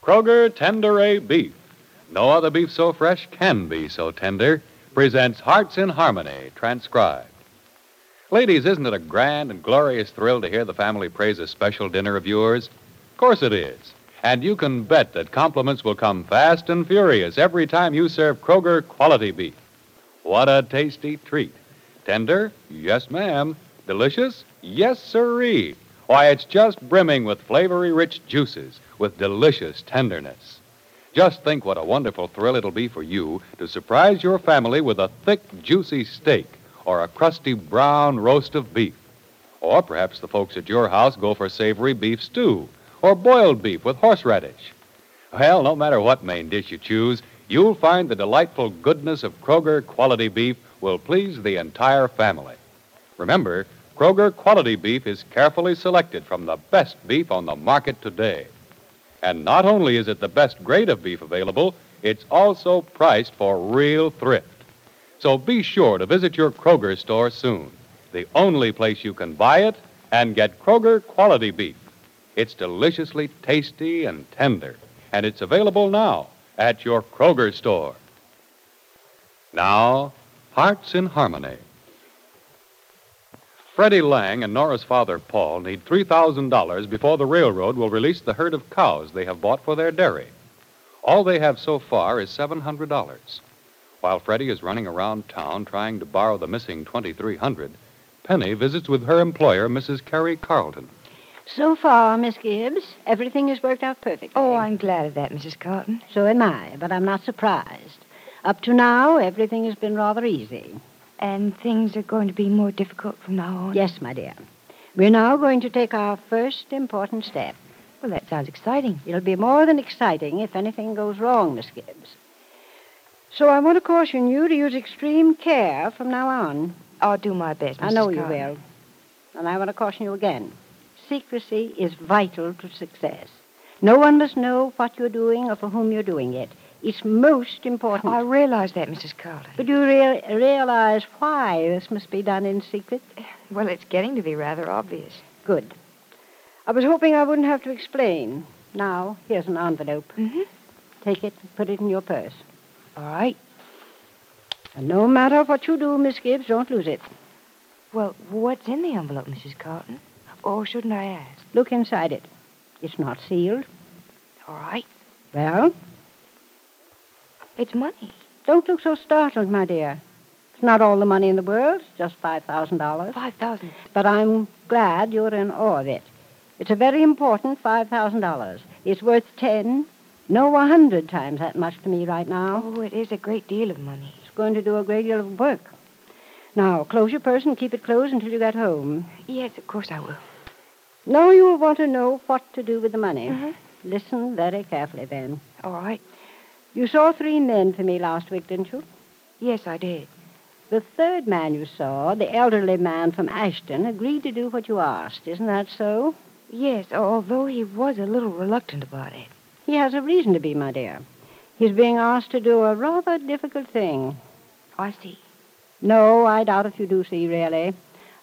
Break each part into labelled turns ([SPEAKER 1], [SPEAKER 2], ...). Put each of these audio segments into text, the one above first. [SPEAKER 1] Kroger Tenderay Beef. No other beef so fresh can be so tender. Presents Hearts in Harmony, transcribed. Ladies, isn't it a grand and glorious thrill to hear the family praise a special dinner of yours? Of course it is. And you can bet that compliments will come fast and furious every time you serve Kroger quality beef. What a tasty treat. Tender? Yes, ma'am. Delicious? Yes, sirree. Why, it's just brimming with flavory rich juices, with delicious tenderness. Just think what a wonderful thrill it'll be for you to surprise your family with a thick, juicy steak or a crusty brown roast of beef. Or perhaps the folks at your house go for savory beef stew or boiled beef with horseradish. Well, no matter what main dish you choose, you'll find the delightful goodness of Kroger quality beef will please the entire family. Remember, Kroger quality beef is carefully selected from the best beef on the market today. And not only is it the best grade of beef available, it's also priced for real thrift. So be sure to visit your Kroger store soon, the only place you can buy it and get Kroger quality beef. It's deliciously tasty and tender, and it's available now at your Kroger store. Now, Hearts in Harmony. Freddie Lang and Nora's father, Paul, need $3,000 before the railroad will release the herd of cows they have bought for their dairy. All they have so far is $700. While Freddie is running around town trying to borrow the missing 2300 Penny visits with her employer, Mrs. Carrie Carleton.
[SPEAKER 2] So far, Miss Gibbs, everything has worked out perfectly.
[SPEAKER 3] Oh, I'm glad of that, Mrs. Carlton.
[SPEAKER 2] So am I, but I'm not surprised. Up to now, everything has been rather easy.
[SPEAKER 3] And things are going to be more difficult from now on.
[SPEAKER 2] Yes, my dear. We're now going to take our first important step.
[SPEAKER 3] Well, that sounds exciting.
[SPEAKER 2] It'll be more than exciting if anything goes wrong, Miss Gibbs. So I want to caution you to use extreme care from now on.
[SPEAKER 3] I'll do my best, Mrs.
[SPEAKER 2] I know you
[SPEAKER 3] Carlton.
[SPEAKER 2] will. And I want to caution you again. Secrecy is vital to success. No one must know what you're doing or for whom you're doing it. It's most important.
[SPEAKER 3] I realize that, Mrs. Carlton.
[SPEAKER 2] But you rea- realize why this must be done in secret?
[SPEAKER 3] Well, it's getting to be rather obvious.
[SPEAKER 2] Good. I was hoping I wouldn't have to explain. Now, here's an envelope.
[SPEAKER 3] Mhm.
[SPEAKER 2] Take it and put it in your purse.
[SPEAKER 3] All right.
[SPEAKER 2] And no matter what you do, Miss Gibbs, don't lose it.
[SPEAKER 3] Well, what's in the envelope, Mrs. Carlton? Or shouldn't I ask?
[SPEAKER 2] Look inside it. It's not sealed.
[SPEAKER 3] All right.
[SPEAKER 2] Well,
[SPEAKER 3] It's money.
[SPEAKER 2] don't look so startled, my dear. It's not all the money in the world, it's just $5,000.
[SPEAKER 3] Five thousand.
[SPEAKER 2] But I'm glad you're in awe of it. It's a very important $5,000. It's worth ten, no, a hundred times that much to me right now.
[SPEAKER 3] Oh, it is a great deal of money.
[SPEAKER 2] It's going to do a great deal of work. Now, close your purse and keep it closed until you get home.
[SPEAKER 3] Yes, of course I will.
[SPEAKER 2] Now you'll want to know what to do with the money.
[SPEAKER 3] Mhm.
[SPEAKER 2] Listen very carefully, then.
[SPEAKER 3] All right.
[SPEAKER 2] You saw three men for me last week, didn't you?
[SPEAKER 3] Yes, I did.
[SPEAKER 2] The third man you saw, the elderly man from Ashton, agreed to do what you asked. Isn't that so?
[SPEAKER 3] Yes, although he was a little reluctant about it.
[SPEAKER 2] He has a reason to be, my dear. He's being asked to do a rather difficult thing.
[SPEAKER 3] I see.
[SPEAKER 2] No, I doubt if you do see, really.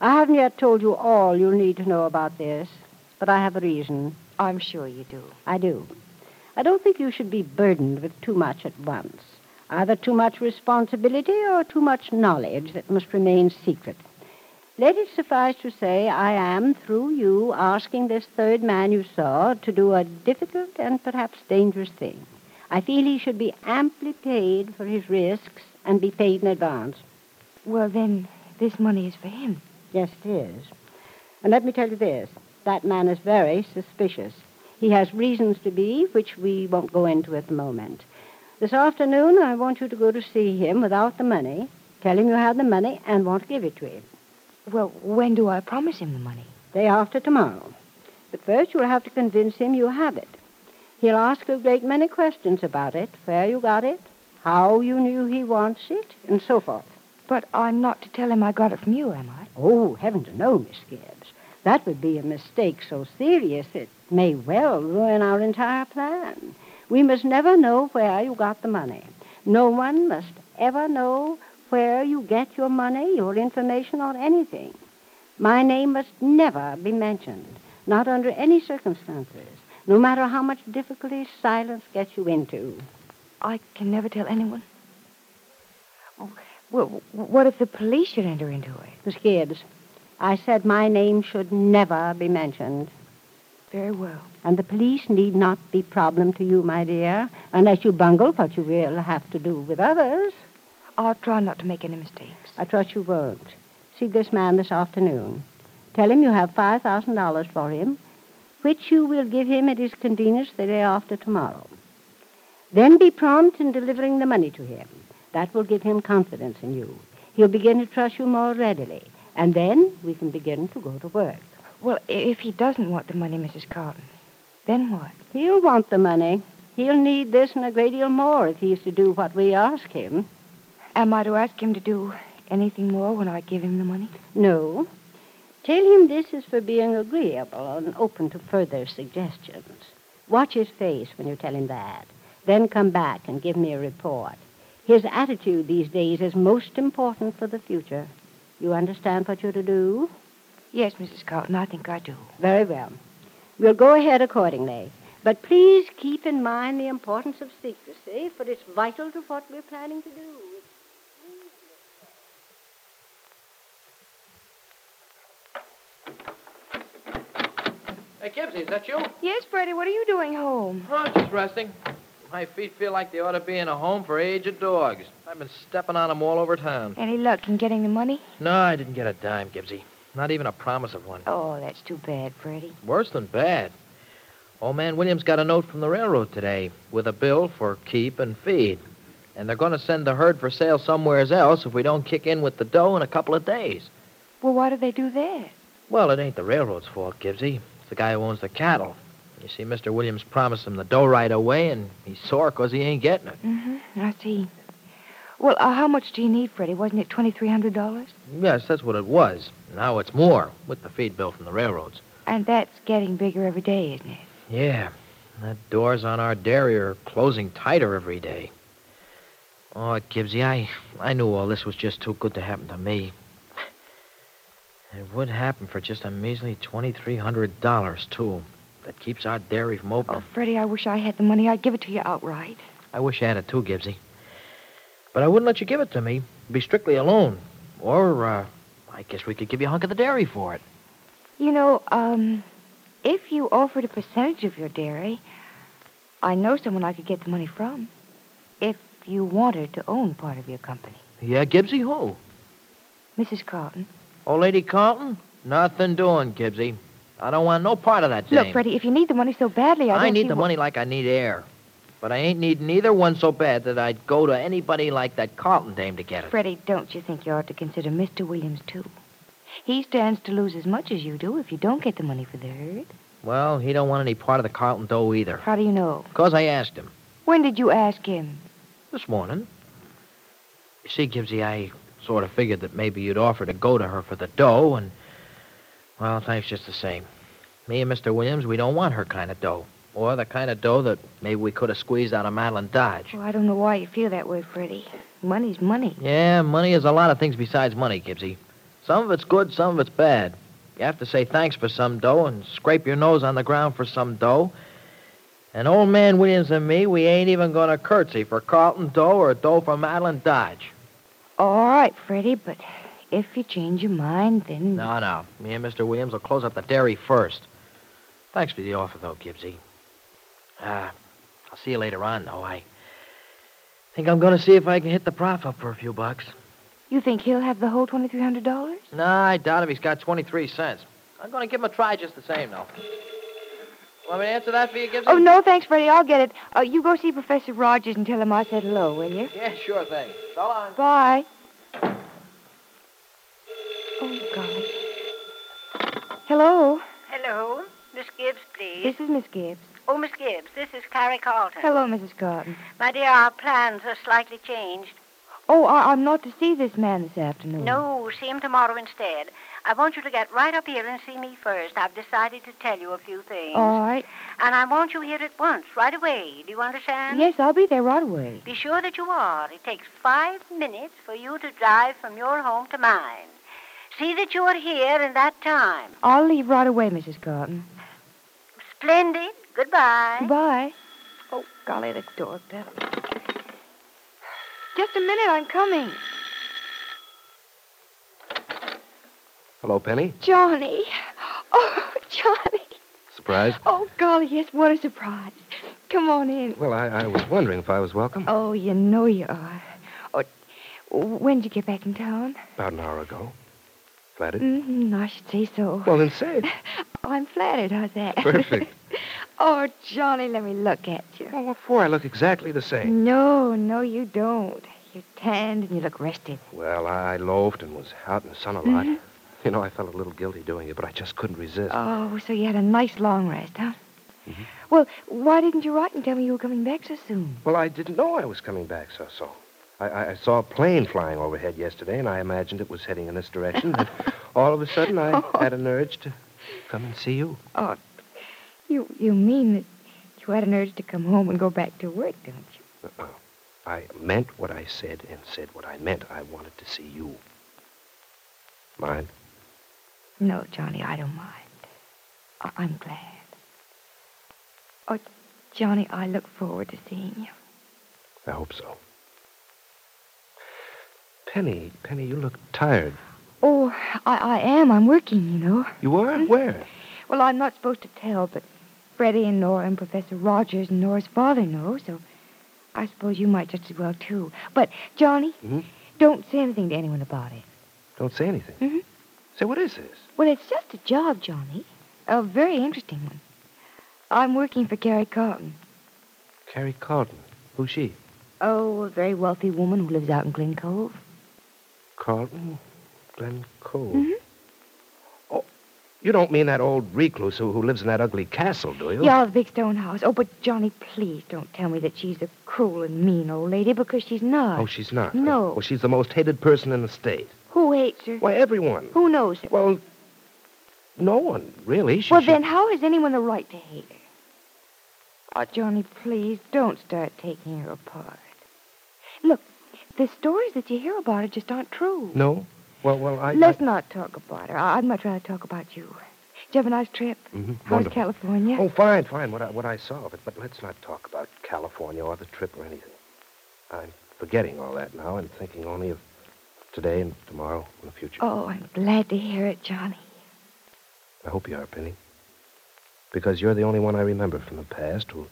[SPEAKER 2] I haven't yet told you all you'll need to know about this, but I have a reason.
[SPEAKER 3] I'm sure you do.
[SPEAKER 2] I do. I don't think you should be burdened with too much at once. Either too much responsibility or too much knowledge that must remain secret. Let it suffice to say I am, through you, asking this third man you saw to do a difficult and perhaps dangerous thing. I feel he should be amply paid for his risks and be paid in advance.
[SPEAKER 3] Well, then, this money is for him.
[SPEAKER 2] Yes, it is. And let me tell you this that man is very suspicious. He has reasons to be, which we won't go into at the moment. This afternoon, I want you to go to see him without the money. Tell him you have the money and want to give it to him.
[SPEAKER 3] Well, when do I promise him the money?
[SPEAKER 2] Day after tomorrow. But first, you'll have to convince him you have it. He'll ask a great many questions about it where you got it, how you knew he wants it, and so forth.
[SPEAKER 3] But I'm not to tell him I got it from you, am I?
[SPEAKER 2] Oh, heavens, no, Miss Gibbs. That would be a mistake so serious it may well ruin our entire plan. We must never know where you got the money. No one must ever know where you get your money, your information, or anything. My name must never be mentioned, not under any circumstances, no matter how much difficulty silence gets you into.
[SPEAKER 3] I can never tell anyone. Oh, well, what if the police should enter into it?
[SPEAKER 2] Miss Gibbs, I said my name should never be mentioned.
[SPEAKER 3] Very well.
[SPEAKER 2] And the police need not be problem to you, my dear, unless you bungle what you will have to do with others.
[SPEAKER 3] I'll try not to make any mistakes.
[SPEAKER 2] I trust you won't. See this man this afternoon. Tell him you have $5,000 for him, which you will give him at his convenience the day after tomorrow. Then be prompt in delivering the money to him. That will give him confidence in you. He'll begin to trust you more readily, and then we can begin to go to work.
[SPEAKER 3] Well, i- if he doesn't want the money, Mrs. Carton, then what?
[SPEAKER 2] He'll want the money. He'll need this and a great deal more if he's to do what we ask him.
[SPEAKER 3] Am I to ask him to do anything more when I give him the money?
[SPEAKER 2] No. Tell him this is for being agreeable and open to further suggestions. Watch his face when you tell him that. Then come back and give me a report. His attitude these days is most important for the future. You understand what you're to do?
[SPEAKER 3] Yes, Mrs. Carton, I think I do.
[SPEAKER 2] Very well. We'll go ahead accordingly. But please keep in mind the importance of secrecy, for it's vital to what we're planning to do.
[SPEAKER 4] Hey, Gibbsy, is that you?
[SPEAKER 3] Yes, Freddie, what are you doing home?
[SPEAKER 4] Oh, just resting. My feet feel like they ought to be in a home for aged dogs. I've been stepping on them all over town.
[SPEAKER 3] Any luck in getting the money?
[SPEAKER 4] No, I didn't get a dime, Gibbsy. Not even a promise of one.
[SPEAKER 3] Oh, that's too bad, Freddie.
[SPEAKER 4] Worse than bad. Old man Williams got a note from the railroad today with a bill for keep and feed. And they're going to send the herd for sale somewheres else if we don't kick in with the dough in a couple of days.
[SPEAKER 3] Well, why do they do that?
[SPEAKER 4] Well, it ain't the railroad's fault, Gibbsy. It's the guy who owns the cattle. You see, Mr. Williams promised him the dough right away, and he's sore 'cause he ain't getting it.
[SPEAKER 3] Mm-hmm. I see. Well, uh, how much do you need, Freddie? Wasn't it twenty-three hundred dollars?
[SPEAKER 4] Yes, that's what it was. Now it's more, with the feed bill from the railroads.
[SPEAKER 3] And that's getting bigger every day, isn't it?
[SPEAKER 4] Yeah, the doors on our dairy are closing tighter every day. Oh, Gibbsy, I, I knew all this was just too good to happen to me. It would happen for just a measly $2,300, too. That keeps our dairy from opening.
[SPEAKER 3] Oh, Freddie, I wish I had the money. I'd give it to you outright.
[SPEAKER 4] I wish I had it, too, Gibbsy. But I wouldn't let you give it to me. Be strictly alone. Or, uh, I guess we could give you a hunk of the dairy for it.
[SPEAKER 3] You know, um, if you offered a percentage of your dairy, I know someone I could get the money from. If you wanted to own part of your company.
[SPEAKER 4] Yeah, Gibbsy, who?
[SPEAKER 3] Mrs. Carlton.
[SPEAKER 4] Old Lady Carlton? Nothing doing, Gibbsy. I don't want no part of that
[SPEAKER 3] Look,
[SPEAKER 4] dame.
[SPEAKER 3] Freddie, if you need the money so badly, I,
[SPEAKER 4] I
[SPEAKER 3] don't
[SPEAKER 4] need
[SPEAKER 3] see
[SPEAKER 4] the
[SPEAKER 3] wh-
[SPEAKER 4] money like I need air. But I ain't needing either one so bad that I'd go to anybody like that Carlton dame to get it.
[SPEAKER 3] Freddie, don't you think you ought to consider Mr. Williams, too? He stands to lose as much as you do if you don't get the money for the herd.
[SPEAKER 4] Well, he don't want any part of the Carlton dough either.
[SPEAKER 3] How do you know?
[SPEAKER 4] Because I asked him
[SPEAKER 3] When did you ask him?
[SPEAKER 4] this morning. You see, Gibbsy, I sort of figured that maybe you'd offer to go to her for the dough, and, well, thanks just the same. Me and Mr. Williams, we don't want her kind of dough. Or the kind of dough that maybe we could have squeezed out of Madeline Dodge.
[SPEAKER 3] Well, Oh, I don't know why you feel that way, Freddie. Money's money.
[SPEAKER 4] Yeah, money is a lot of things besides money, Gibbsy. Some of it's good, some of it's bad. You have to say thanks for some dough and scrape your nose on the ground for some dough.
[SPEAKER 5] And old man Williams and me, we ain't even going to curtsy for Carlton Doe or Doe for Madeline Dodge.
[SPEAKER 3] All right, Freddie, but if you change your mind, then.
[SPEAKER 5] No, no. Me and Mr. Williams will close up the dairy first. Thanks for the offer, though, Gibbsy. Uh, I'll see you later on, though. I think I'm going to see if I can hit the prof up for a few bucks.
[SPEAKER 3] You think he'll have the whole $2,300?
[SPEAKER 5] Nah, I doubt if he's got 23 cents. I'm going to give him a try just the same, though. Want me to answer that for you, Gibbsy?
[SPEAKER 3] Oh, no, thanks, Freddie. I'll get it. Uh, you go see Professor Rogers and tell him I said hello, will you?
[SPEAKER 5] Yeah, sure thing. So long.
[SPEAKER 3] Bye. Oh, golly. Hello.
[SPEAKER 2] Hello, Miss Gibbs, please.
[SPEAKER 3] This is Miss Gibbs.
[SPEAKER 2] Oh, Miss Gibbs, this is Carrie Carlton.
[SPEAKER 3] Hello, Mrs. Garden.
[SPEAKER 2] My dear, our plans are slightly changed.
[SPEAKER 3] Oh, I- I'm not to see this man this afternoon.
[SPEAKER 2] No, see him tomorrow instead. I want you to get right up here and see me first. I've decided to tell you a few things.
[SPEAKER 3] All right.
[SPEAKER 2] And I want you here at once, right away. Do you understand?
[SPEAKER 3] Yes, I'll be there right away.
[SPEAKER 2] Be sure that you are. It takes five minutes for you to drive from your home to mine. See that you are here in that time.
[SPEAKER 3] I'll leave right away, Mrs. Garden.
[SPEAKER 2] Splendid. Goodbye.
[SPEAKER 3] Bye. Oh, golly, the door bell. Just a minute, I'm coming.
[SPEAKER 4] Hello, Penny.
[SPEAKER 3] Johnny. Oh, Johnny.
[SPEAKER 4] Surprised?
[SPEAKER 3] Oh, golly, yes, what a surprise. Come on in.
[SPEAKER 4] Well, I, I was wondering if I was welcome.
[SPEAKER 3] Oh, you know you are. Oh, when'd you get back in town?
[SPEAKER 4] About an hour ago. Flattered?
[SPEAKER 3] Mm, I should say so.
[SPEAKER 4] Well, then say it.
[SPEAKER 3] Oh, I'm flattered, how's that?
[SPEAKER 4] Perfect.
[SPEAKER 3] oh, Johnny, let me look at you.
[SPEAKER 4] Well, what for? I look exactly the same.
[SPEAKER 3] No, no, you don't. You're tanned and you look rested.
[SPEAKER 4] Well, I loafed and was out in the sun a lot. You know, I felt a little guilty doing it, but I just couldn't resist.
[SPEAKER 5] Uh,
[SPEAKER 3] Oh, so you had a nice long rest, huh? Well, why didn't you write and tell me you were coming back so soon?
[SPEAKER 4] Well, I didn't know I was coming back so soon. I- I, I saw a plane flying overhead yesterday, and I imagined it was heading in this direction. But all of a sudden, I
[SPEAKER 5] Oh.
[SPEAKER 4] had an urge to come and see you.
[SPEAKER 3] Oh, You you mean that you had an urge to come home and go back to work, don't you?
[SPEAKER 4] Uh-uh. I meant what I said and said what I meant. I wanted to see you. Mind?
[SPEAKER 3] No, Johnny, I don't mind. I- I'm glad. Oh, Johnny, I look forward to seeing you.
[SPEAKER 4] I hope so. Penny, Penny, you look tired.
[SPEAKER 3] Oh, I, I am. I'm working, you know. Mm-hmm.
[SPEAKER 4] You are? Where?
[SPEAKER 3] Well, I'm not supposed to tell, but Freddie and Nora and Professor Rogers and Nora's father know, so I suppose you might just as well, too. But, Johnny,
[SPEAKER 4] Mhm.
[SPEAKER 3] don't say anything to anyone about it.
[SPEAKER 4] Don't say anything.
[SPEAKER 3] Mhm.
[SPEAKER 5] Mm-hmm.
[SPEAKER 4] Say, what is this?
[SPEAKER 3] Well, it's just a job, Johnny. A very interesting one. I'm working for Gary Carlton.
[SPEAKER 4] Carrie Carlton. Who's she?
[SPEAKER 3] Oh, a very wealthy woman who lives out in Glen Cove.
[SPEAKER 4] Carlton? Glen Cove.
[SPEAKER 3] Mhm.
[SPEAKER 4] Oh, you don't mean that old recluse who, who lives in that ugly castle, do you?
[SPEAKER 3] Yeah, the big stone house. Oh, but Johnny, please don't tell me that she's a cruel and mean old lady because she's not.
[SPEAKER 4] Oh, she's not.
[SPEAKER 3] No.
[SPEAKER 4] Well, she's the most hated person in the state.
[SPEAKER 3] Who hates her?
[SPEAKER 4] Why, everyone.
[SPEAKER 3] Who knows her?
[SPEAKER 4] Well, no one, really. She,
[SPEAKER 3] well,
[SPEAKER 4] she-
[SPEAKER 3] then how has anyone the right to hate her? Oh, Johnny, please don't start taking her apart. Look, the stories that you hear about her just aren't true.
[SPEAKER 4] No? Well, well, I...
[SPEAKER 3] Let's not talk about her. I- I'd much rather talk about you. Did you have a nice trip?
[SPEAKER 4] Mhm,
[SPEAKER 3] How's
[SPEAKER 4] wonderful.
[SPEAKER 3] California?
[SPEAKER 4] Oh, fine, fine. What I, what I saw of it, but let's not talk about California or the trip or anything. I'm forgetting all that now and thinking only of today and tomorrow and the future.
[SPEAKER 3] Oh, I'm glad to hear it, Johnny.
[SPEAKER 4] I hope you are, Penny. Because you're the only one I remember from the past who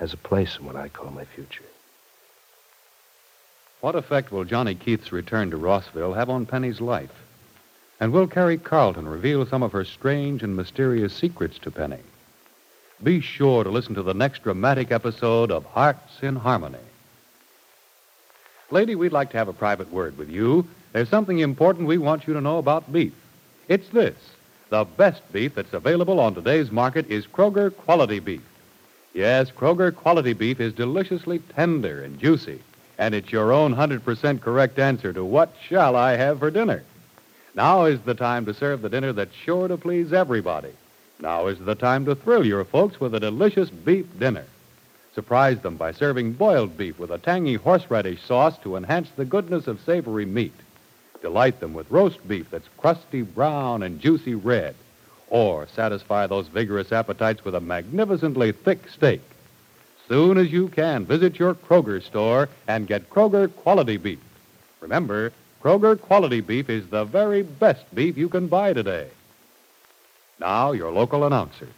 [SPEAKER 4] has a place in what I call my future.
[SPEAKER 1] What effect will Johnny Keith's return to Rossville have on Penny's life? And will Carrie Carlton reveal some of her strange and mysterious secrets to Penny? Be sure to listen to the next dramatic episode of Hearts in Harmony. Lady, we'd like to have a private word with you. There's something important we want you to know about beef. It's this. The best beef that's available on today's market is Kroger quality beef. Yes, Kroger quality beef is deliciously tender and juicy and it's your own 100% correct answer to what shall I have for dinner? Now is the time to serve the dinner that's sure to please everybody. Now is the time to thrill your folks with a delicious beef dinner. Surprise them by serving boiled beef with a tangy horseradish sauce to enhance the goodness of savory meat. Delight them with roast beef that's crusty brown and juicy red. Or satisfy those vigorous appetites with a magnificently thick steak. soon as you can, visit your Kroger store and get Kroger quality beef. Remember, Kroger quality beef is the very best beef you can buy today. Now, your local announcer.